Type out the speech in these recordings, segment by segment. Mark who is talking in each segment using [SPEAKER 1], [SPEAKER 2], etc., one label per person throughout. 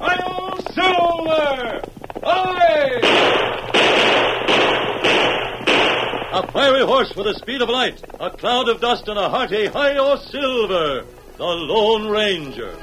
[SPEAKER 1] I'll Silver! Aye! A fiery horse with the speed of light, a cloud of dust, and a hearty high or silver, the Lone Ranger.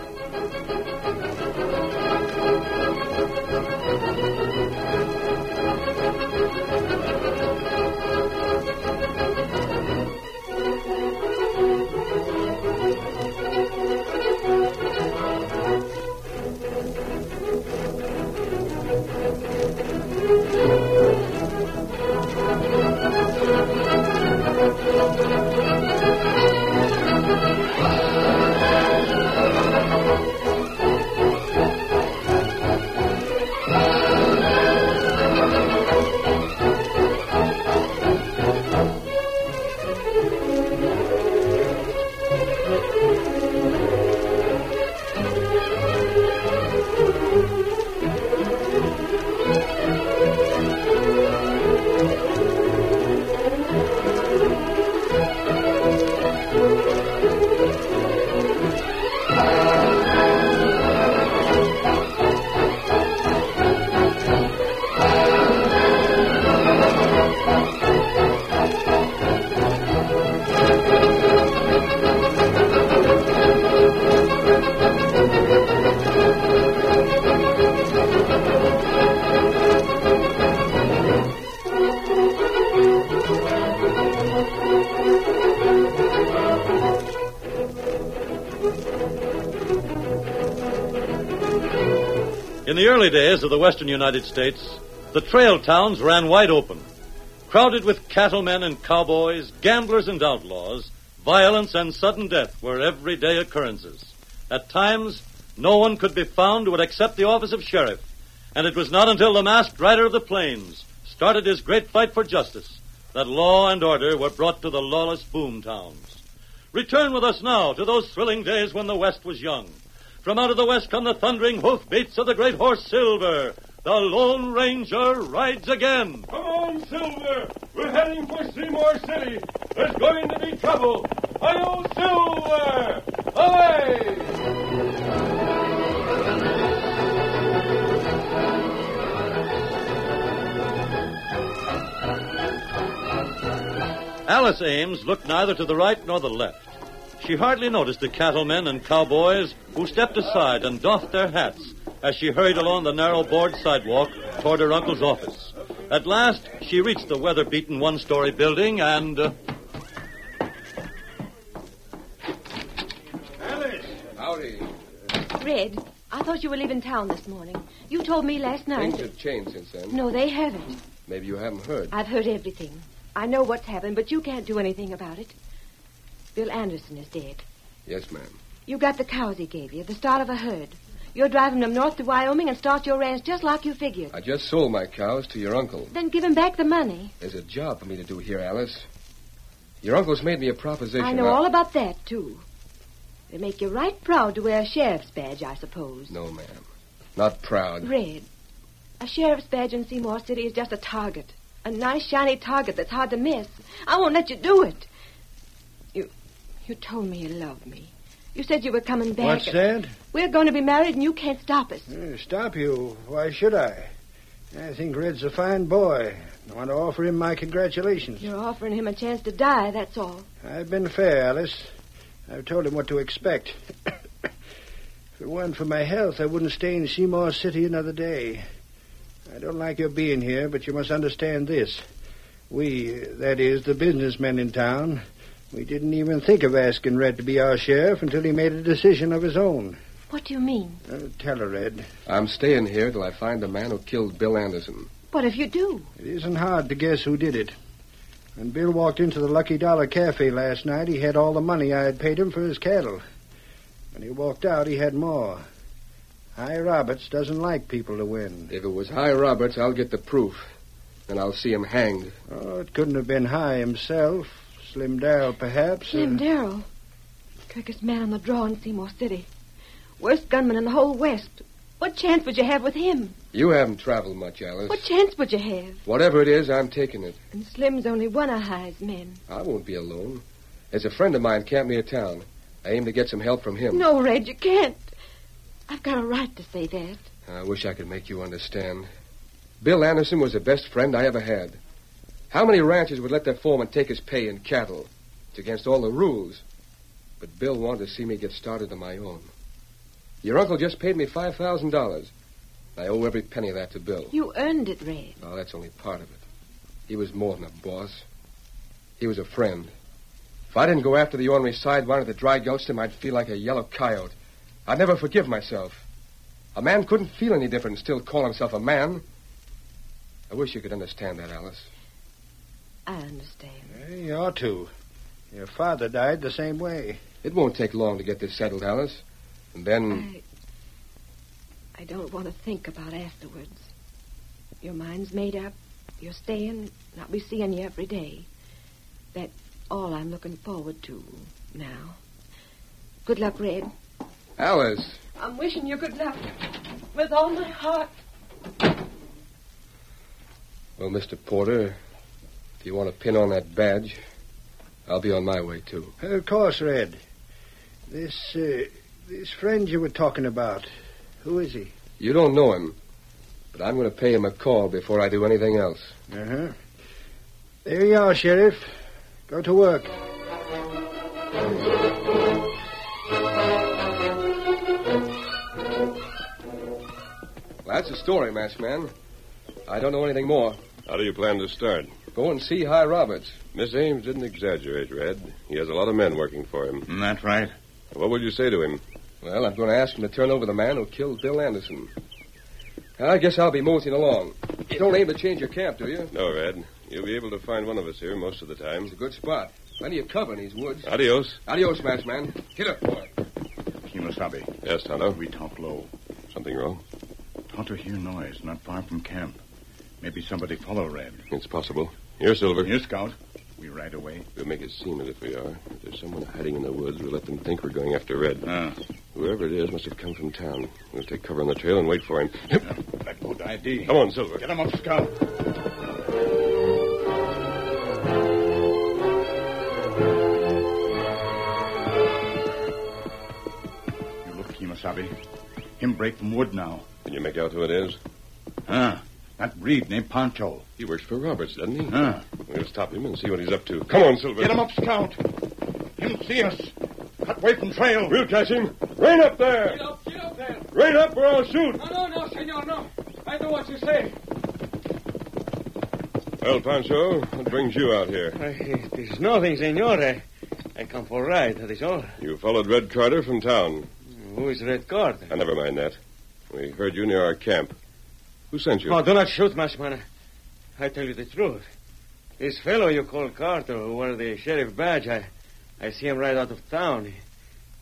[SPEAKER 1] In the early days of the western United States, the trail towns ran wide open. Crowded with cattlemen and cowboys, gamblers and outlaws, violence and sudden death were everyday occurrences. At times, no one could be found who would accept the office of sheriff, and it was not until the masked rider of the plains started his great fight for justice that law and order were brought to the lawless boom towns. Return with us now to those thrilling days when the West was young. From out of the west come the thundering hoof beats of the great horse Silver. The Lone Ranger rides again.
[SPEAKER 2] Come on, Silver! We're heading for Seymour City. There's going to be trouble. Hi-yo, Silver! Away!
[SPEAKER 1] Alice Ames looked neither to the right nor the left. She hardly noticed the cattlemen and cowboys who stepped aside and doffed their hats as she hurried along the narrow board sidewalk toward her uncle's office. At last, she reached the weather beaten one story building and. Uh,
[SPEAKER 2] Alice!
[SPEAKER 3] Howdy.
[SPEAKER 4] Red, I thought you were leaving town this morning. You told me last
[SPEAKER 3] Things
[SPEAKER 4] night.
[SPEAKER 3] have changed since then.
[SPEAKER 4] No, they haven't.
[SPEAKER 3] Maybe you haven't heard.
[SPEAKER 4] I've heard everything. I know what's happened, but you can't do anything about it. Bill Anderson is dead.
[SPEAKER 3] Yes, ma'am.
[SPEAKER 4] You got the cows he gave you, the start of a herd. You're driving them north to Wyoming and start your ranch just like you figured.
[SPEAKER 3] I just sold my cows to your uncle.
[SPEAKER 4] Then give him back the money.
[SPEAKER 3] There's a job for me to do here, Alice. Your uncle's made me a proposition.
[SPEAKER 4] I know all about that, too. They make you right proud to wear a sheriff's badge, I suppose.
[SPEAKER 3] No, ma'am. Not proud.
[SPEAKER 4] Red, a sheriff's badge in Seymour City is just a target. A nice, shiny target that's hard to miss. I won't let you do it. You, you told me you loved me. You said you were coming back.
[SPEAKER 5] What's that?
[SPEAKER 4] We're going to be married, and you can't stop us.
[SPEAKER 5] Uh, Stop you. Why should I? I think Red's a fine boy. I want to offer him my congratulations.
[SPEAKER 4] You're offering him a chance to die, that's all.
[SPEAKER 5] I've been fair, Alice. I've told him what to expect. if it weren't for my health, I wouldn't stay in Seymour City another day. I don't like your being here, but you must understand this. We, uh, that is, the businessmen in town, we didn't even think of asking Red to be our sheriff until he made a decision of his own.
[SPEAKER 4] What do you mean?
[SPEAKER 5] Uh, tell her, Red.
[SPEAKER 3] I'm staying here till I find the man who killed Bill Anderson.
[SPEAKER 4] What if you do?
[SPEAKER 5] It isn't hard to guess who did it. When Bill walked into the Lucky Dollar Cafe last night, he had all the money I had paid him for his cattle. When he walked out, he had more. High Roberts doesn't like people to win.
[SPEAKER 3] If it was High Roberts, I'll get the proof. And I'll see him hanged.
[SPEAKER 5] Oh, it couldn't have been High himself.
[SPEAKER 6] Slim Darrell, perhaps.
[SPEAKER 4] Slim
[SPEAKER 5] Uh.
[SPEAKER 6] or-
[SPEAKER 4] Darrell. Quickest man on the draw in Seymour City. Worst gunman in the whole West. What chance would you have with him?
[SPEAKER 7] You haven't traveled much, Alice.
[SPEAKER 4] What chance would you have?
[SPEAKER 7] Whatever it is, I'm taking it.
[SPEAKER 4] And Slim's only one of High's men.
[SPEAKER 7] I won't be alone. There's a friend of mine camped near town. I aim to get some help from him.
[SPEAKER 4] No, Red, you can't. I've got a right to say that.
[SPEAKER 7] I wish I could make you understand. Bill Anderson was the best friend I ever had. How many ranchers would let their foreman take his pay in cattle? It's against all the rules. But Bill wanted to see me get started on my own. Your uncle just paid me $5,000. I owe every penny of that to Bill.
[SPEAKER 4] You earned it, Red.
[SPEAKER 7] Oh, that's only part of it. He was more than a boss. He was a friend. If I didn't go after the ornery sidewinder that dragged him, I'd feel like a yellow coyote. I'd never forgive myself. A man couldn't feel any different and still call himself a man. I wish you could understand that, Alice.
[SPEAKER 4] I understand.
[SPEAKER 6] Eh, You ought to. Your father died the same way.
[SPEAKER 7] It won't take long to get this settled, Alice. And
[SPEAKER 3] Hmm.
[SPEAKER 7] then,
[SPEAKER 4] I. I don't want to think about afterwards. Your mind's made up. You're staying. and I'll be seeing you every day. That's all I'm looking forward to now. Good luck, Red.
[SPEAKER 7] Alice,
[SPEAKER 4] I'm wishing you good luck with all my heart.
[SPEAKER 7] well, Mr. Porter, if you want to pin on that badge, I'll be on my way, too.
[SPEAKER 6] Of course, Red. This, uh, this friend you were talking about, who is he?
[SPEAKER 7] You don't know him, but I'm going to pay him a call before I do anything else.
[SPEAKER 6] Uh
[SPEAKER 5] Uh-huh.
[SPEAKER 6] huh. There you are, Sheriff. Go to work.
[SPEAKER 7] Well, that's the story, masked man. I don't know anything more.
[SPEAKER 3] How do you plan to start?
[SPEAKER 7] Go and see High Roberts.
[SPEAKER 3] Miss Ames didn't exaggerate, Red. He has a lot of men working for him.
[SPEAKER 8] Isn't Mm, that right?
[SPEAKER 3] What will you say to him?
[SPEAKER 7] Well, I'm going to ask him to turn over the man who killed Bill Anderson. I guess I'll be moseying along. You don't aim to change your camp, do you?
[SPEAKER 3] No, Red. You'll be able to find one of us here most of the time.
[SPEAKER 7] It's a good spot. Plenty of cover in these woods.
[SPEAKER 3] Adios.
[SPEAKER 7] Adios, masked man. Get up, boy.
[SPEAKER 8] Kimasabi,
[SPEAKER 3] Yes, Tonto.
[SPEAKER 8] we talk low.
[SPEAKER 3] Something wrong?
[SPEAKER 8] Tonto hear noise not far from camp. Maybe somebody follow Red.
[SPEAKER 3] It's possible. Here, Silver.
[SPEAKER 8] Here, Scout. We ride away.
[SPEAKER 3] We'll make it seem as if we are. If there's someone hiding in the woods, we'll let them think we're going after Red.
[SPEAKER 8] Ah,
[SPEAKER 3] Whoever it is must have come from town. We'll take cover on the trail and wait for him.
[SPEAKER 8] that good idea.
[SPEAKER 3] Come on, Silver.
[SPEAKER 8] Get him up, Scout. You look, Kimasabi. Him break from wood now.
[SPEAKER 3] Can you make out who it is?
[SPEAKER 8] Ah, that breed named Pancho.
[SPEAKER 3] He works for Roberts, doesn't he?
[SPEAKER 8] Ah.
[SPEAKER 3] We'll stop him and see what he's up to. Come on, Silver.
[SPEAKER 8] Get him up, Scout. Him see us. Cut away from trail.
[SPEAKER 3] We'll catch him. Rain up there.
[SPEAKER 9] up, get up there.
[SPEAKER 3] Rain up or I'll shoot.
[SPEAKER 9] No, no, no, senor, no. I know what you say.
[SPEAKER 3] Well, Pancho, what brings you out here?
[SPEAKER 5] There's nothing, senor. I, I come for a ride, that is all.
[SPEAKER 3] You followed Red Carter from town.
[SPEAKER 5] Who is Red Cord?
[SPEAKER 3] Ah, never mind that. We heard you near our camp. Who sent you?
[SPEAKER 5] Oh, do not shoot, Mashman. I tell you the truth. This fellow you call Carter, who wore the sheriff badge, I, I see him right out of town.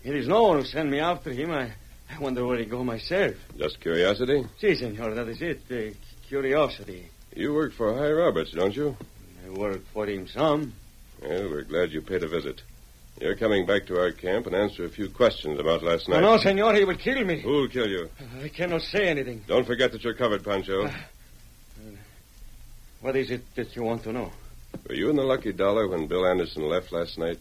[SPEAKER 5] It is no one who sent me after him. I, I wonder where he go myself.
[SPEAKER 3] Just curiosity?
[SPEAKER 5] See, senor, that is it. Uh, curiosity.
[SPEAKER 3] You work for High Roberts, don't you?
[SPEAKER 5] I work for him some.
[SPEAKER 3] Well, we're glad you paid a visit. You're coming back to our camp and answer a few questions about last
[SPEAKER 5] No,
[SPEAKER 3] night.
[SPEAKER 5] Oh, no, senor, he will kill me.
[SPEAKER 3] Who'll kill you?
[SPEAKER 5] I cannot say anything.
[SPEAKER 3] Don't forget that you're covered, Pancho.
[SPEAKER 5] What is it that you want to know?
[SPEAKER 3] Were you in the Lucky Dollar when Bill Anderson left last night?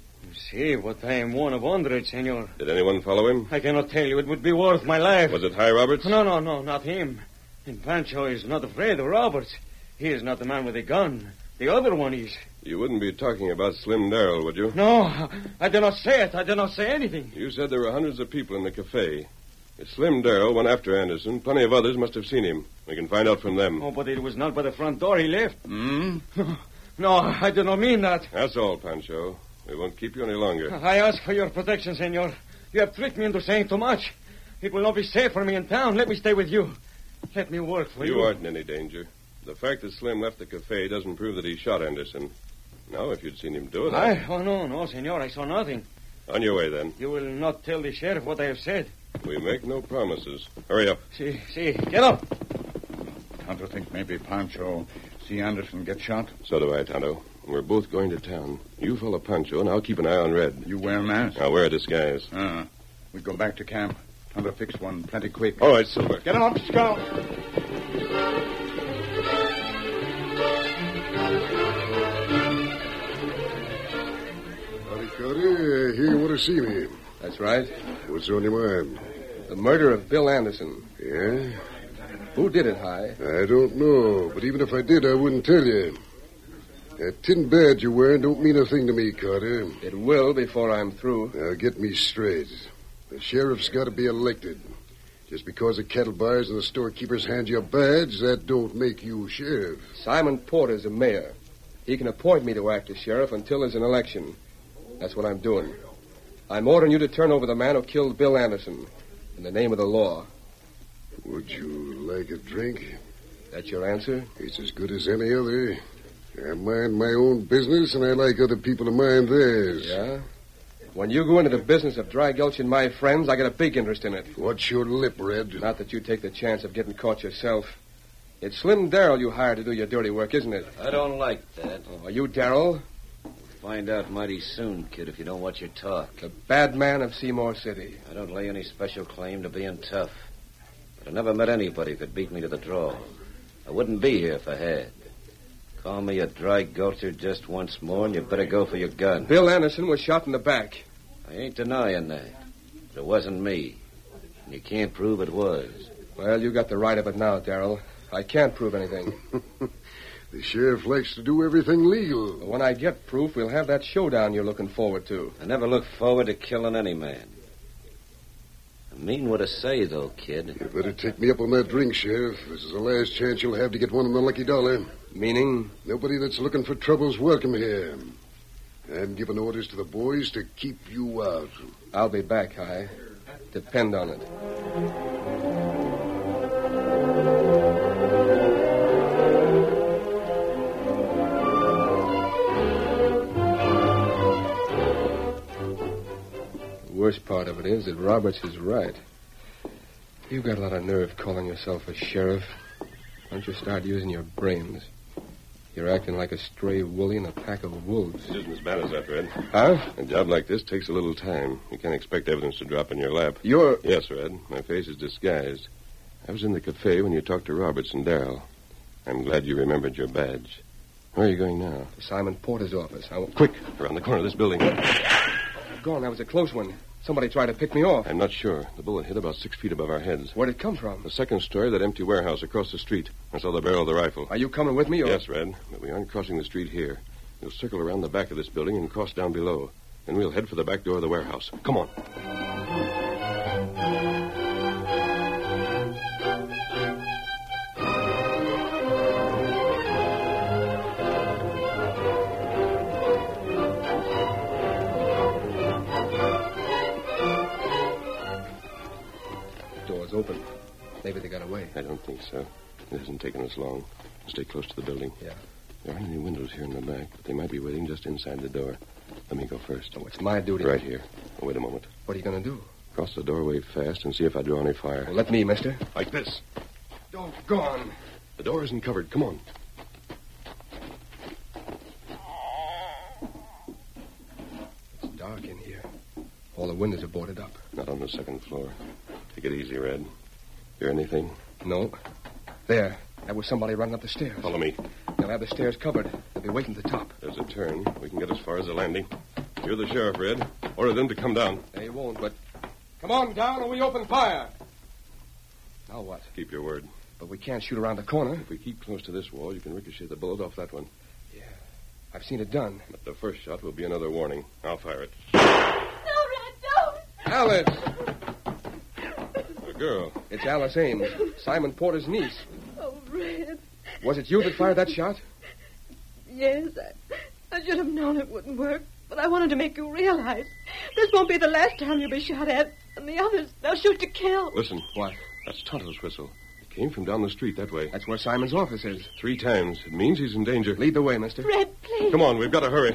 [SPEAKER 5] See, but I am one of hundred, senor.
[SPEAKER 3] Did anyone follow him?
[SPEAKER 5] I cannot tell you. It would be worth my life.
[SPEAKER 3] Was it High Roberts?
[SPEAKER 5] No, no, no, not him. And Pancho is not afraid of Roberts. He is not the man with the gun. The other one is.
[SPEAKER 3] You wouldn't be talking about Slim Darrell, would you?
[SPEAKER 5] No, I do not say it. I do not say anything.
[SPEAKER 3] You said there were hundreds of people in the cafe. If Slim Darrell went after Anderson, plenty of others must have seen him. We can find out from them.
[SPEAKER 5] Oh, but it was not by the front door he left.
[SPEAKER 8] Hmm?
[SPEAKER 5] No, I do not mean that.
[SPEAKER 3] That's all, Pancho. We won't keep you any longer.
[SPEAKER 5] I ask for your protection, senor. You have tricked me into saying too much. It will not be safe for me in town. Let me stay with you. Let me work for you.
[SPEAKER 3] You aren't in any danger. The fact that Slim left the cafe doesn't prove that he shot Anderson. Now, if you'd seen him do it,
[SPEAKER 5] I, oh, no, no, senor. I saw nothing.
[SPEAKER 3] on your way then.
[SPEAKER 5] You will not tell the sheriff what I have said.
[SPEAKER 3] We make no promises. Hurry up.
[SPEAKER 5] See, see, get up.
[SPEAKER 8] Tonto think maybe Pancho see Anderson get shot.
[SPEAKER 3] So do I, Tonto.
[SPEAKER 10] We're both going to town. You fill a poncho, and I'll keep an eye on Red.
[SPEAKER 8] You wear a mask?
[SPEAKER 10] I'll wear a disguise.
[SPEAKER 8] Uh, we go back to camp. Time to fix one plenty quick.
[SPEAKER 10] All right, Silver.
[SPEAKER 8] Get him up, Scout.
[SPEAKER 11] Arikari, here you want to see me.
[SPEAKER 3] That's right.
[SPEAKER 11] What's on your mind?
[SPEAKER 3] The murder of Bill Anderson.
[SPEAKER 11] Yeah?
[SPEAKER 3] Who did it, High?
[SPEAKER 11] I don't know, but even if I did, I wouldn't tell you. That tin badge you're wearing don't mean a thing to me, Carter.
[SPEAKER 3] It will before I'm through.
[SPEAKER 11] Now, get me straight. The sheriff's got to be elected. Just because the cattle buyers and the storekeepers hand you a badge, that don't make you sheriff.
[SPEAKER 3] Simon Porter's the mayor. He can appoint me to act as sheriff until there's an election. That's what I'm doing. I'm ordering you to turn over the man who killed Bill Anderson in the name of the law.
[SPEAKER 11] Would you like a drink?
[SPEAKER 3] That's your answer?
[SPEAKER 11] It's as good as any other. I mind my own business, and I like other people to mind theirs.
[SPEAKER 3] Yeah? When you go into the business of dry gulching my friends, I get a big interest in it.
[SPEAKER 11] Watch your lip, Red.
[SPEAKER 3] Not that you take the chance of getting caught yourself. It's Slim Darrell you hired to do your dirty work, isn't it?
[SPEAKER 12] I don't like that.
[SPEAKER 3] Oh, are you Darrell,
[SPEAKER 12] Find out mighty soon, kid, if you don't watch your talk.
[SPEAKER 3] the bad man of Seymour City?
[SPEAKER 12] I don't lay any special claim to being tough, but I never met anybody who could beat me to the draw. I wouldn't be here if I had. Call me a dry gulcher just once more, and you better go for your gun.
[SPEAKER 3] Bill Anderson was shot in the back.
[SPEAKER 12] I ain't denying that, but it wasn't me, and you can't prove it was.
[SPEAKER 3] Well, you got the right of it now, Darrell. I can't prove anything.
[SPEAKER 11] The sheriff likes to do everything
[SPEAKER 3] But
[SPEAKER 11] legal.
[SPEAKER 3] when I get proof, we'll have that showdown you're looking forward to.
[SPEAKER 12] I never look forward to killing any man. I mean what I say, though, kid.
[SPEAKER 11] You better take me up on that drink, Sheriff. This is the last chance you'll have to get one on the lucky dollar.
[SPEAKER 3] Meaning?
[SPEAKER 11] Nobody that's looking for trouble's welcome here. I'm giving orders to the boys to keep you out.
[SPEAKER 3] I'll be back, High. Depend on it. The worst part of it is that Roberts is right. You've got a lot of nerve calling yourself a sheriff. Why don't you start using your brains? You're acting like a stray woolly in a pack of wolves.
[SPEAKER 10] It isn't as bad as that, Red.
[SPEAKER 3] Huh?
[SPEAKER 10] A job like this takes a little time. You can't expect evidence to drop in your lap.
[SPEAKER 3] You're.
[SPEAKER 10] Yes, Red. My face is disguised. I was in the cafe when you talked to Roberts and Darrell. I'm glad you remembered your badge. Where are you going now?
[SPEAKER 3] Simon Porter's office. I won't...
[SPEAKER 10] Quick, around the corner of this building.
[SPEAKER 3] Gone. That was a close one. Somebody tried to pick me off.
[SPEAKER 10] I'm not sure. The bullet hit about six feet above our heads.
[SPEAKER 3] Where'd it come from?
[SPEAKER 10] The second story, that empty warehouse across the street. I saw the barrel of the rifle.
[SPEAKER 3] Are you coming with me? Or...
[SPEAKER 10] Yes, Red, but we aren't crossing the street here. We'll circle around the back of this building and cross down below. Then we'll head for the back door of the warehouse. Come on.
[SPEAKER 3] Door's open. Maybe they got away.
[SPEAKER 10] I don't think so. It hasn't taken us long. Stay close to the building.
[SPEAKER 3] Yeah.
[SPEAKER 10] There aren't any windows here in the back, but they might be waiting just inside the door. Let me go first.
[SPEAKER 3] Oh, it's my duty.
[SPEAKER 10] Right here. Oh, wait a moment.
[SPEAKER 3] What are you going to do?
[SPEAKER 10] Cross the doorway fast and see if I draw any fire.
[SPEAKER 3] Well, let me, mister.
[SPEAKER 10] Like this.
[SPEAKER 3] Don't go on.
[SPEAKER 10] The door isn't covered. Come on.
[SPEAKER 3] It's dark in here. All the windows are boarded up.
[SPEAKER 10] Not on the second floor. Take it easy, Red. Hear anything?
[SPEAKER 3] No. There. That was somebody running up the stairs.
[SPEAKER 10] Follow me.
[SPEAKER 3] They'll have the stairs covered. They'll be waiting at the top.
[SPEAKER 10] There's a turn. We can get as far as the landing. You're the sheriff, Red. Order them to come down.
[SPEAKER 3] They won't, but. Come on down or we open fire. Now what?
[SPEAKER 10] Keep your word.
[SPEAKER 3] But we can't shoot around the corner.
[SPEAKER 10] If we keep close to this wall, you can ricochet the bullet off that one.
[SPEAKER 3] I've seen it done.
[SPEAKER 10] But the first shot will be another warning. I'll fire it.
[SPEAKER 3] Alice!
[SPEAKER 10] A girl.
[SPEAKER 3] It's Alice Ames, Simon Porter's niece.
[SPEAKER 4] Oh, Red.
[SPEAKER 3] Was it you that fired that shot?
[SPEAKER 4] Yes, I, I should have known it wouldn't work, but I wanted to make you realize this won't be the last time you'll be shot at, and the others, they'll shoot to kill.
[SPEAKER 10] Listen.
[SPEAKER 3] What?
[SPEAKER 10] That's Tonto's whistle. It came from down the street that way.
[SPEAKER 3] That's where Simon's office is.
[SPEAKER 10] Three times. It means he's in danger.
[SPEAKER 3] Lead the way, mister.
[SPEAKER 4] Red, please.
[SPEAKER 10] Come on, we've got to hurry.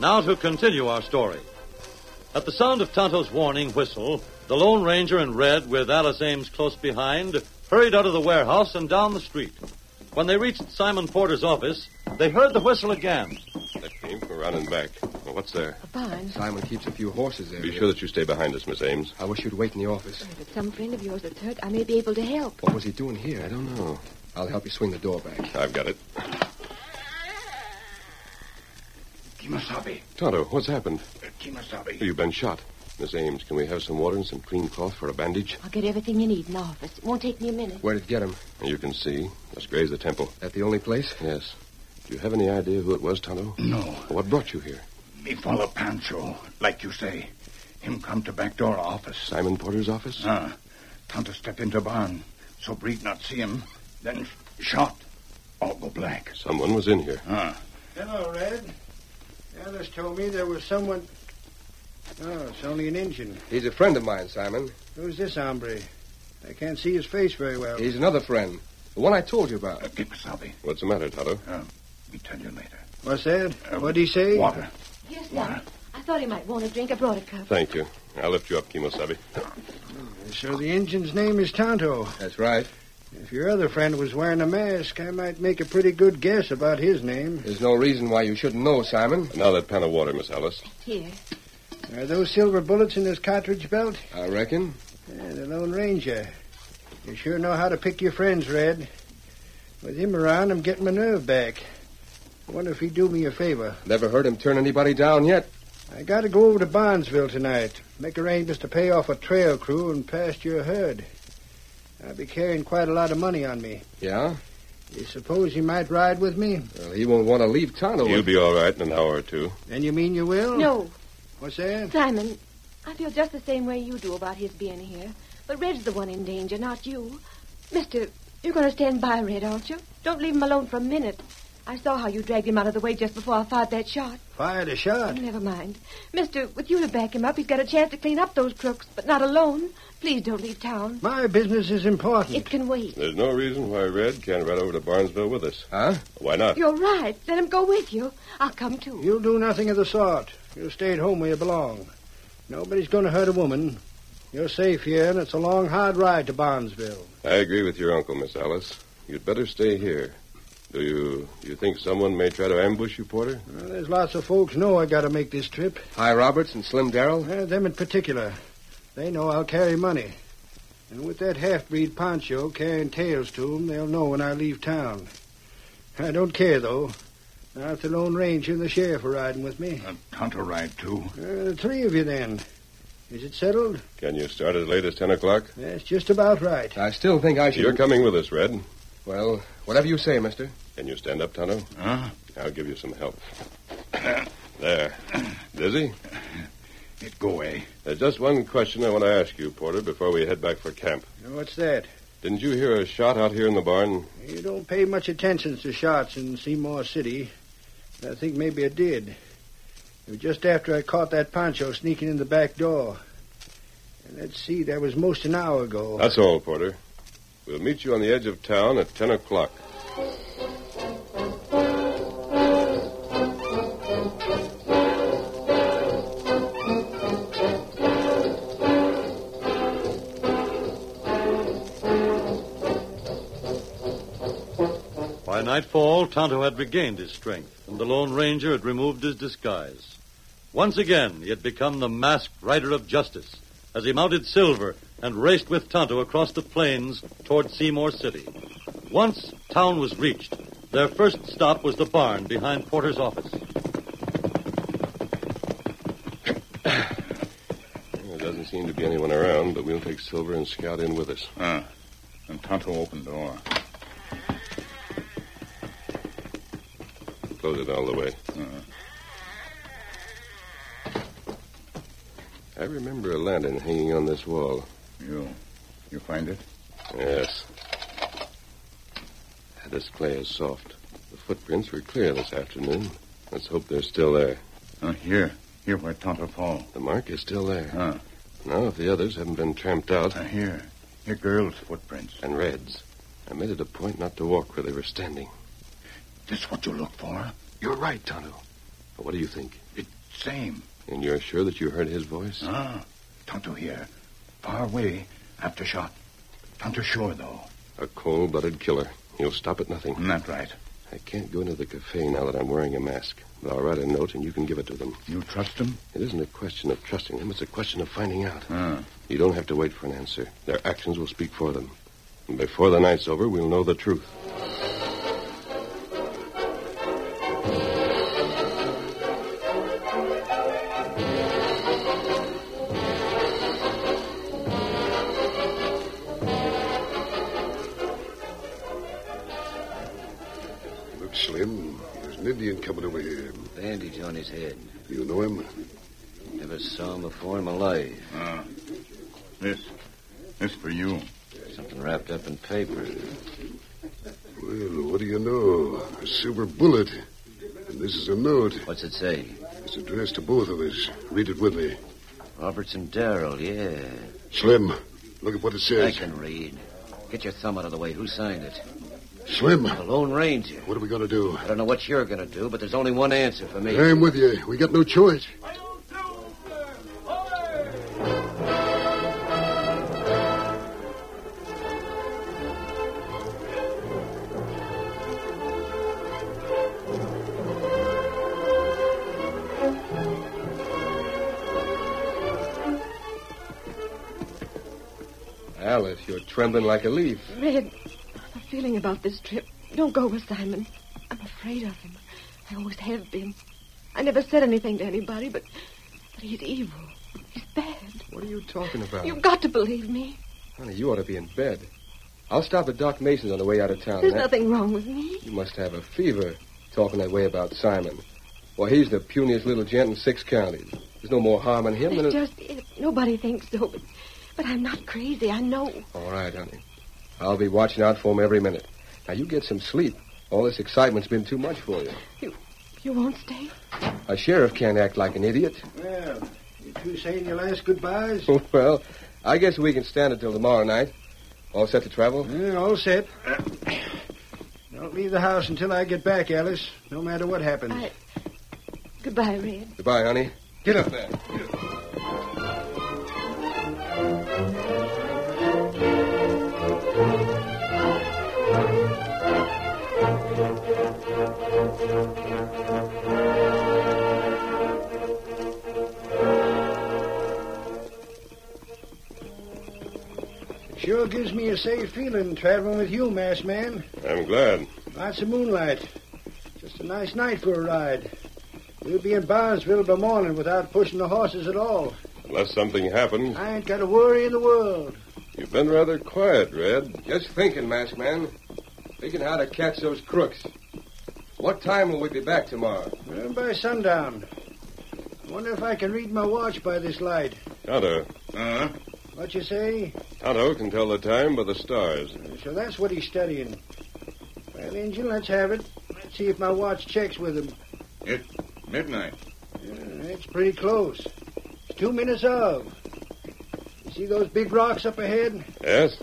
[SPEAKER 1] Now to continue our story. At the sound of Tonto's warning whistle, the Lone Ranger in red, with Alice Ames close behind, hurried out of the warehouse and down the street. When they reached Simon Porter's office, they heard the whistle again.
[SPEAKER 10] That came from around and back. Well, what's there?
[SPEAKER 4] Barnes,
[SPEAKER 3] Simon keeps a few horses there.
[SPEAKER 10] Be sure that you stay behind us, Miss Ames.
[SPEAKER 3] I wish you'd wait in the office.
[SPEAKER 4] if some friend of yours that's hurt, I may be able to help.
[SPEAKER 3] What was he doing here? I don't know. I'll help you swing the door back.
[SPEAKER 10] I've got it.
[SPEAKER 8] Kimasabi.
[SPEAKER 10] Tonto, what's happened?
[SPEAKER 8] Kimasabi.
[SPEAKER 10] You've been shot. Miss Ames, can we have some water and some clean cloth for a bandage?
[SPEAKER 4] I'll get everything you need in the office. It won't take me a minute.
[SPEAKER 3] Where did you get him?
[SPEAKER 10] You can see. Let's graze the temple.
[SPEAKER 3] At the only place?
[SPEAKER 10] Yes. Do you have any idea who it was, Tonto?
[SPEAKER 8] No.
[SPEAKER 10] What brought you here?
[SPEAKER 8] Me follow Pancho, like you say. Him come to back door office.
[SPEAKER 10] Simon Porter's office?
[SPEAKER 8] Ah, Tonto step into barn, so Breed not see him. Then sh- shot. All go black.
[SPEAKER 10] Someone was in here.
[SPEAKER 8] Ah,
[SPEAKER 5] Hello, Red. Alice told me there was someone. Oh, it's only an engine.
[SPEAKER 3] He's a friend of mine, Simon.
[SPEAKER 5] Who's this hombre? I can't see his face very well.
[SPEAKER 3] He's another friend. The one I told you
[SPEAKER 8] uh,
[SPEAKER 3] about.
[SPEAKER 8] Kimasabi.
[SPEAKER 10] What's the matter, Tonto?
[SPEAKER 8] We tell you later.
[SPEAKER 5] What's that?
[SPEAKER 8] Uh,
[SPEAKER 5] What'd he say?
[SPEAKER 8] Water.
[SPEAKER 4] Yes, Doc. I thought he might want a drink. I brought a cup.
[SPEAKER 10] Thank you. I'll lift you up, Kimosabe.
[SPEAKER 5] So the engine's name is Tonto.
[SPEAKER 3] That's right.
[SPEAKER 5] If your other friend was wearing a mask, I might make a pretty good guess about his name.
[SPEAKER 3] There's no reason why you shouldn't know, Simon.
[SPEAKER 10] Now that pan of water, Miss Alice.
[SPEAKER 4] Here.
[SPEAKER 5] Are those silver bullets in his cartridge belt?
[SPEAKER 3] I reckon.
[SPEAKER 5] Yeah, the Lone Ranger. You sure know how to pick your friends, Red. With him around, I'm getting my nerve back. I wonder if he'd do me a favor.
[SPEAKER 3] Never heard him turn anybody down yet.
[SPEAKER 5] I gotta go over to Barnesville tonight. Make arrangements to pay off a trail crew and pasture your herd. I'll be carrying quite a lot of money on me.
[SPEAKER 3] Yeah?
[SPEAKER 5] You suppose you might ride with me?
[SPEAKER 3] Well, he won't want to leave Tonto.
[SPEAKER 10] You'll be all right in an hour or two.
[SPEAKER 5] And you mean you will?
[SPEAKER 4] No,
[SPEAKER 5] What's that?
[SPEAKER 4] Simon, I feel just the same way you do about his being here. But Red's the one in danger, not you. Mister, you're going to stand by Red, aren't you? Don't leave him alone for a minute. I saw how you dragged him out of the way just before I fired that shot.
[SPEAKER 5] Fired a shot.
[SPEAKER 4] Never mind. Mister, with you to back him up, he's got a chance to clean up those crooks, but not alone. Please don't leave town.
[SPEAKER 5] My business is
[SPEAKER 4] It
[SPEAKER 5] important.
[SPEAKER 4] can wait.
[SPEAKER 10] There's no reason why Red can't ride over to Barnesville with us.
[SPEAKER 3] Huh?
[SPEAKER 10] Why not?
[SPEAKER 4] You're right. Let him go with you. I'll come too.
[SPEAKER 5] You'll do nothing of the sort. You'll stay at home where you belong. Nobody's going to hurt a woman. You're safe here, and it's a long, hard ride to Barnesville.
[SPEAKER 10] I agree with your uncle, Miss Alice. You'd better stay here. Do you do you think someone may try to ambush you, Porter?
[SPEAKER 5] Well, there's lots of folks know I got to make this trip.
[SPEAKER 3] Hi Roberts and Slim Darrell.
[SPEAKER 5] Uh, them in particular. They know I'll carry money. And with that half-breed Pancho carrying tales to 'em, they'll know when I leave town. I don't care, though. Not the Lone Ranger and the Sheriff are riding with me.
[SPEAKER 8] Uh, Tonto ride, too.
[SPEAKER 5] Uh, the three of you, then. Is it settled?
[SPEAKER 10] Can you start as late as ten o'clock?
[SPEAKER 5] That's just about right.
[SPEAKER 3] I still think I should.
[SPEAKER 10] You're coming with us, Red.
[SPEAKER 3] Well, whatever you say, mister.
[SPEAKER 10] Can you stand up, Tonto?
[SPEAKER 8] Huh?
[SPEAKER 10] I'll give you some help. there. Dizzy?
[SPEAKER 8] It go away.
[SPEAKER 10] There's just one question I want to ask you, Porter, before we head back for camp.
[SPEAKER 5] What's that?
[SPEAKER 10] Didn't you hear a shot out here in the barn?
[SPEAKER 5] You don't pay much attention to shots in Seymour City. I think maybe I did. It was just after I caught that Pancho sneaking in the back door. And let's see, that was most an hour ago.
[SPEAKER 10] That's all, Porter. We'll meet you on the edge of town at ten o'clock.
[SPEAKER 1] nightfall, Tonto had regained his strength, and the Lone Ranger had removed his disguise. Once again, he had become the masked rider of justice as he mounted Silver and raced with Tonto across the plains toward Seymour City. Once town was reached, their first stop was the barn behind Porter's office.
[SPEAKER 10] There doesn't seem to be anyone around, but we'll take Silver and Scout in with us.
[SPEAKER 8] Ah. And Tonto opened the door.
[SPEAKER 10] Close it all the way. I remember a lantern hanging on this wall.
[SPEAKER 8] You. You find it?
[SPEAKER 10] Yes. This clay is soft. The footprints were clear this afternoon. Let's hope they're still there.
[SPEAKER 8] Uh, here. Here where Tonto fall.
[SPEAKER 10] The mark is still there.
[SPEAKER 8] Huh.
[SPEAKER 10] Now, if the others haven't been tramped out.
[SPEAKER 8] Uh, here. Here, girl's footprints.
[SPEAKER 10] And Red's. I made it a point not to walk where they were standing.
[SPEAKER 8] This what you look for?
[SPEAKER 10] You're right, Tonto. What do you think?
[SPEAKER 8] Same.
[SPEAKER 10] And you're sure that you heard his voice?
[SPEAKER 8] Ah. Tonto here. Far away after shot. Tonto sure, though.
[SPEAKER 10] A cold blooded killer. He'll stop at nothing.
[SPEAKER 8] Not right.
[SPEAKER 10] I can't go into the cafe now that I'm wearing a mask. But I'll write a note and you can give it to them.
[SPEAKER 8] You trust him?
[SPEAKER 10] It isn't a question of trusting them, it's a question of finding out.
[SPEAKER 12] Hmm.
[SPEAKER 8] Ah.
[SPEAKER 10] You don't have to wait for an answer. Their actions will speak for them. And before the night's over, we'll know the truth.
[SPEAKER 11] Looks slim. There's an Indian coming over here.
[SPEAKER 12] Bandage on his head.
[SPEAKER 11] You know him?
[SPEAKER 12] Never saw him before in my life.
[SPEAKER 8] Ah. This. This for you.
[SPEAKER 12] Something wrapped up in paper.
[SPEAKER 11] Well, what do you
[SPEAKER 10] Oh.
[SPEAKER 11] know? A silver bullet. And this is a note.
[SPEAKER 12] What's it say?
[SPEAKER 11] It's addressed to both of us. Read it with me.
[SPEAKER 12] Robertson Darrell, yeah.
[SPEAKER 11] Slim, look at what it
[SPEAKER 12] I
[SPEAKER 11] says.
[SPEAKER 12] can read. Get your thumb out of the way. Who signed it?
[SPEAKER 11] Slim,
[SPEAKER 12] The Lone Ranger.
[SPEAKER 11] what are we going to do?
[SPEAKER 12] I don't know what you're going to do, but there's only one answer for me.
[SPEAKER 11] I'm with you. We got no choice.
[SPEAKER 3] Alice, you're trembling like a leaf.
[SPEAKER 4] Red, I'm feeling about this trip. Don't go with Simon. I'm afraid of him. I always have been. I never said anything to anybody, but but he's evil. He's bad.
[SPEAKER 3] What are you talking about?
[SPEAKER 4] You've got to believe me.
[SPEAKER 3] Honey, you ought to be in bed. I'll stop at Doc Mason's on the way out of town.
[SPEAKER 4] There's
[SPEAKER 3] That-
[SPEAKER 4] nothing wrong with me.
[SPEAKER 3] You must have a fever talking that way about Simon. Well, he's the puniest little gent in six counties. There's no more harm in him than
[SPEAKER 4] That's
[SPEAKER 3] in...
[SPEAKER 4] just it. Nobody thinks so, but, but I'm not crazy. I know.
[SPEAKER 3] All right, honey. I'll be watching out for him every minute. Now, you get some sleep. All this excitement's been too much for you.
[SPEAKER 4] You won't stay.
[SPEAKER 3] A sheriff can't act like an idiot.
[SPEAKER 5] Well, you two saying your last goodbyes?
[SPEAKER 3] well, I guess we can stand it till tomorrow night. All set to travel?
[SPEAKER 5] Yeah, all set. Don't leave the house until I get back, Alice. No matter what happens.
[SPEAKER 4] I- Goodbye, Red.
[SPEAKER 3] Goodbye, honey. Get up there.
[SPEAKER 5] It sure gives me a safe feeling traveling with you, masked man.
[SPEAKER 10] I'm glad.
[SPEAKER 5] Lots of moonlight. Just a nice night for a ride. We'll be in Barnesville by morning without pushing the horses at all.
[SPEAKER 10] Unless something happens.
[SPEAKER 5] I ain't got a worry in the world.
[SPEAKER 10] You've been rather quiet, Red.
[SPEAKER 3] Just thinking, masked man. Thinking how to catch those crooks. What time will we be back tomorrow?
[SPEAKER 5] Well, by sundown. I wonder if I can read my watch by this light.
[SPEAKER 10] Tonto.
[SPEAKER 3] Uh-huh.
[SPEAKER 8] Uh,
[SPEAKER 5] What you say?
[SPEAKER 10] Tonto can tell the time by the stars.
[SPEAKER 5] So that's what he's studying. Well, Injun, let's have it. Let's see if my watch checks with him.
[SPEAKER 8] midnight.
[SPEAKER 5] Uh, that's pretty close. It's two minutes of. You see those big rocks up ahead?
[SPEAKER 10] Yes?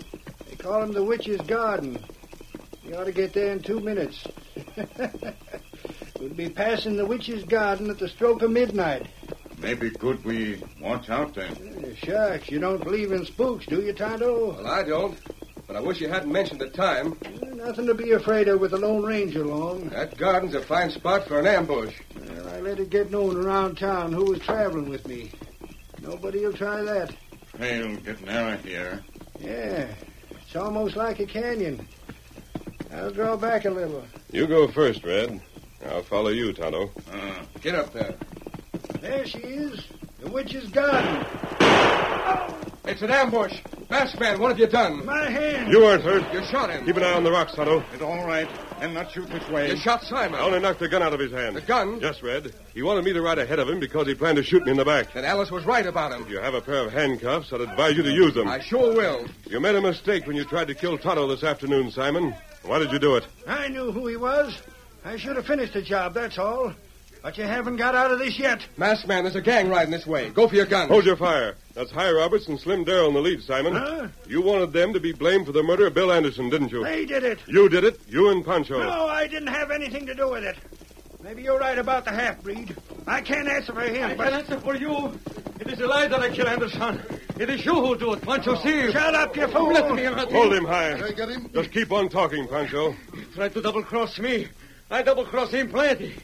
[SPEAKER 5] They call them the Witch's Garden. You ought to get there in two minutes. we'll be passing the Witch's Garden at the stroke of midnight.
[SPEAKER 8] Maybe could we watch out then?
[SPEAKER 5] Uh, shucks, you don't believe in spooks, do you, Tonto?
[SPEAKER 3] Well, I don't. But I wish you hadn't mentioned the time.
[SPEAKER 5] Uh, Nothing to be afraid of with the Lone Ranger, Long.
[SPEAKER 3] That garden's a fine spot for an ambush.
[SPEAKER 5] Well, I let it get known around town who was traveling with me. Nobody will try that.
[SPEAKER 8] Trail get narrow here.
[SPEAKER 5] Yeah, it's almost like a canyon. I'll draw back a little.
[SPEAKER 10] You go first, Red. I'll follow you, Tonto.
[SPEAKER 12] Hmm.
[SPEAKER 3] Get up there.
[SPEAKER 5] There she is, the witch's garden.
[SPEAKER 3] It's an ambush. Masked man, what have you done?
[SPEAKER 5] My hand.
[SPEAKER 10] You weren't hurt.
[SPEAKER 3] You shot him.
[SPEAKER 10] Keep an eye on the rocks, Tonto.
[SPEAKER 8] It's all right. And not shoot this way.
[SPEAKER 3] You shot Simon.
[SPEAKER 10] I only knocked the gun out of his hand.
[SPEAKER 3] The gun?
[SPEAKER 10] Just Red. He wanted me to ride ahead of him because he planned to shoot me in the back.
[SPEAKER 3] Then Alice was right about
[SPEAKER 10] If
[SPEAKER 3] him.
[SPEAKER 10] you have a pair of handcuffs, I'd advise you to use them.
[SPEAKER 3] I sure will.
[SPEAKER 10] You made a mistake when you tried to kill Tonto this afternoon, Simon. Why did you do it?
[SPEAKER 5] I knew who he was. I should have finished the job, that's all. But you haven't got out of this yet.
[SPEAKER 3] Masked man, there's a gang riding this way. Go for your gun.
[SPEAKER 10] Hold your fire. That's High Roberts and Slim Darrell in the lead, Simon.
[SPEAKER 5] Huh?
[SPEAKER 10] You wanted them to be blamed for the murder of Bill Anderson, didn't you?
[SPEAKER 5] They did it.
[SPEAKER 10] You did it. You and Pancho.
[SPEAKER 5] No, I didn't have anything to do with it. Maybe you're right about the half breed. I can't answer for him, but.
[SPEAKER 13] answer for you. It is a lie that I kill Anderson. It is you Oh, who do it, Pancho Seal.
[SPEAKER 5] Oh, Shut up, you fool!
[SPEAKER 10] Hold him high.
[SPEAKER 11] I got him.
[SPEAKER 10] Just keep on talking, Pancho.
[SPEAKER 13] Tried to double cross me. I double cross him plenty.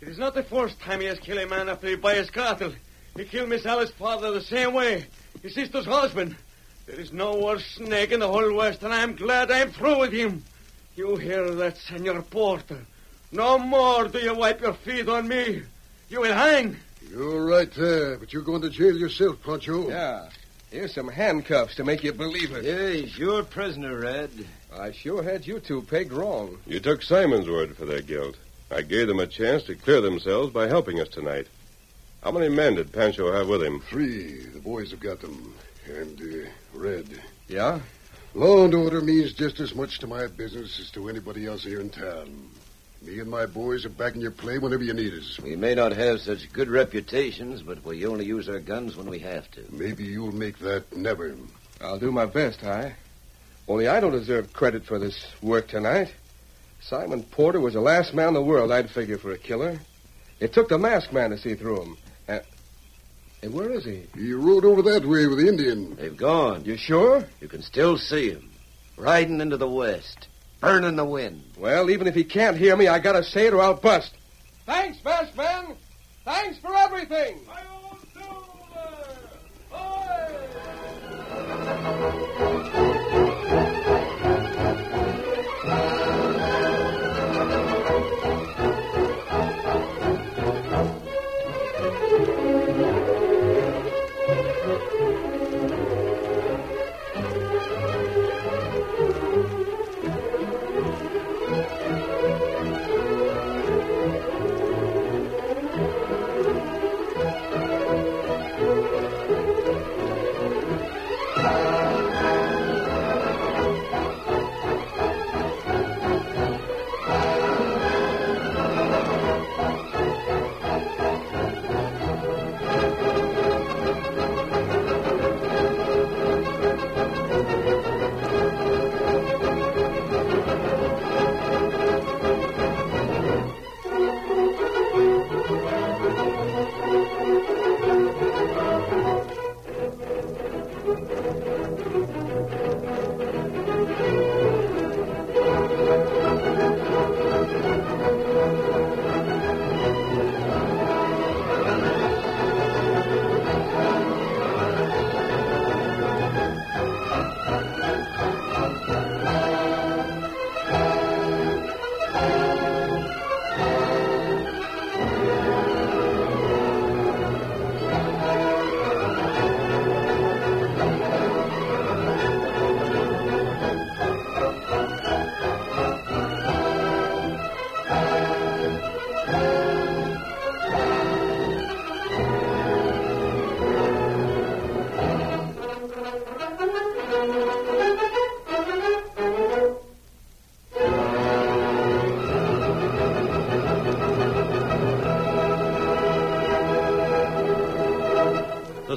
[SPEAKER 13] It is not the first time he has killed a man after he buy his cattle. He killed Miss Alice's father the same way. His sister's husband. There is no worse snake in the whole West, and I am glad I am through with him. You hear that, Senor Porter? No more do you wipe your feet on me. You will hang.
[SPEAKER 11] You're right there, but you're going to jail yourself, Pancho.
[SPEAKER 3] Yeah. Here's some handcuffs to make you believe it.
[SPEAKER 12] Yeah, he's your prisoner, Red.
[SPEAKER 3] I sure had you two pegged wrong.
[SPEAKER 10] You took Simon's word for their guilt. I gave them a chance to clear themselves by helping us tonight. How many men did Pancho have with him?
[SPEAKER 11] Three. The boys have got them. And, uh, Red.
[SPEAKER 3] Yeah?
[SPEAKER 11] Law and order means just as much to my business as to anybody else here in town. Me and my boys are back in your play whenever you need us.
[SPEAKER 12] We may not have such good reputations, but we only use our guns when we have to.
[SPEAKER 11] Maybe you'll make that never.
[SPEAKER 3] I'll do my best, I. Only I don't deserve credit for this work tonight. Simon Porter was the last man in the world I'd figure for a killer. It took the masked man to see through him. Uh, and where is he?
[SPEAKER 11] He rode over that way with the Indian.
[SPEAKER 12] They've gone.
[SPEAKER 3] You sure?
[SPEAKER 12] You can still see them. Riding into the west. Burning the wind.
[SPEAKER 3] Well, even if he can't hear me, I gotta say it or I'll bust. Thanks, masked man. Thanks for everything.
[SPEAKER 1] The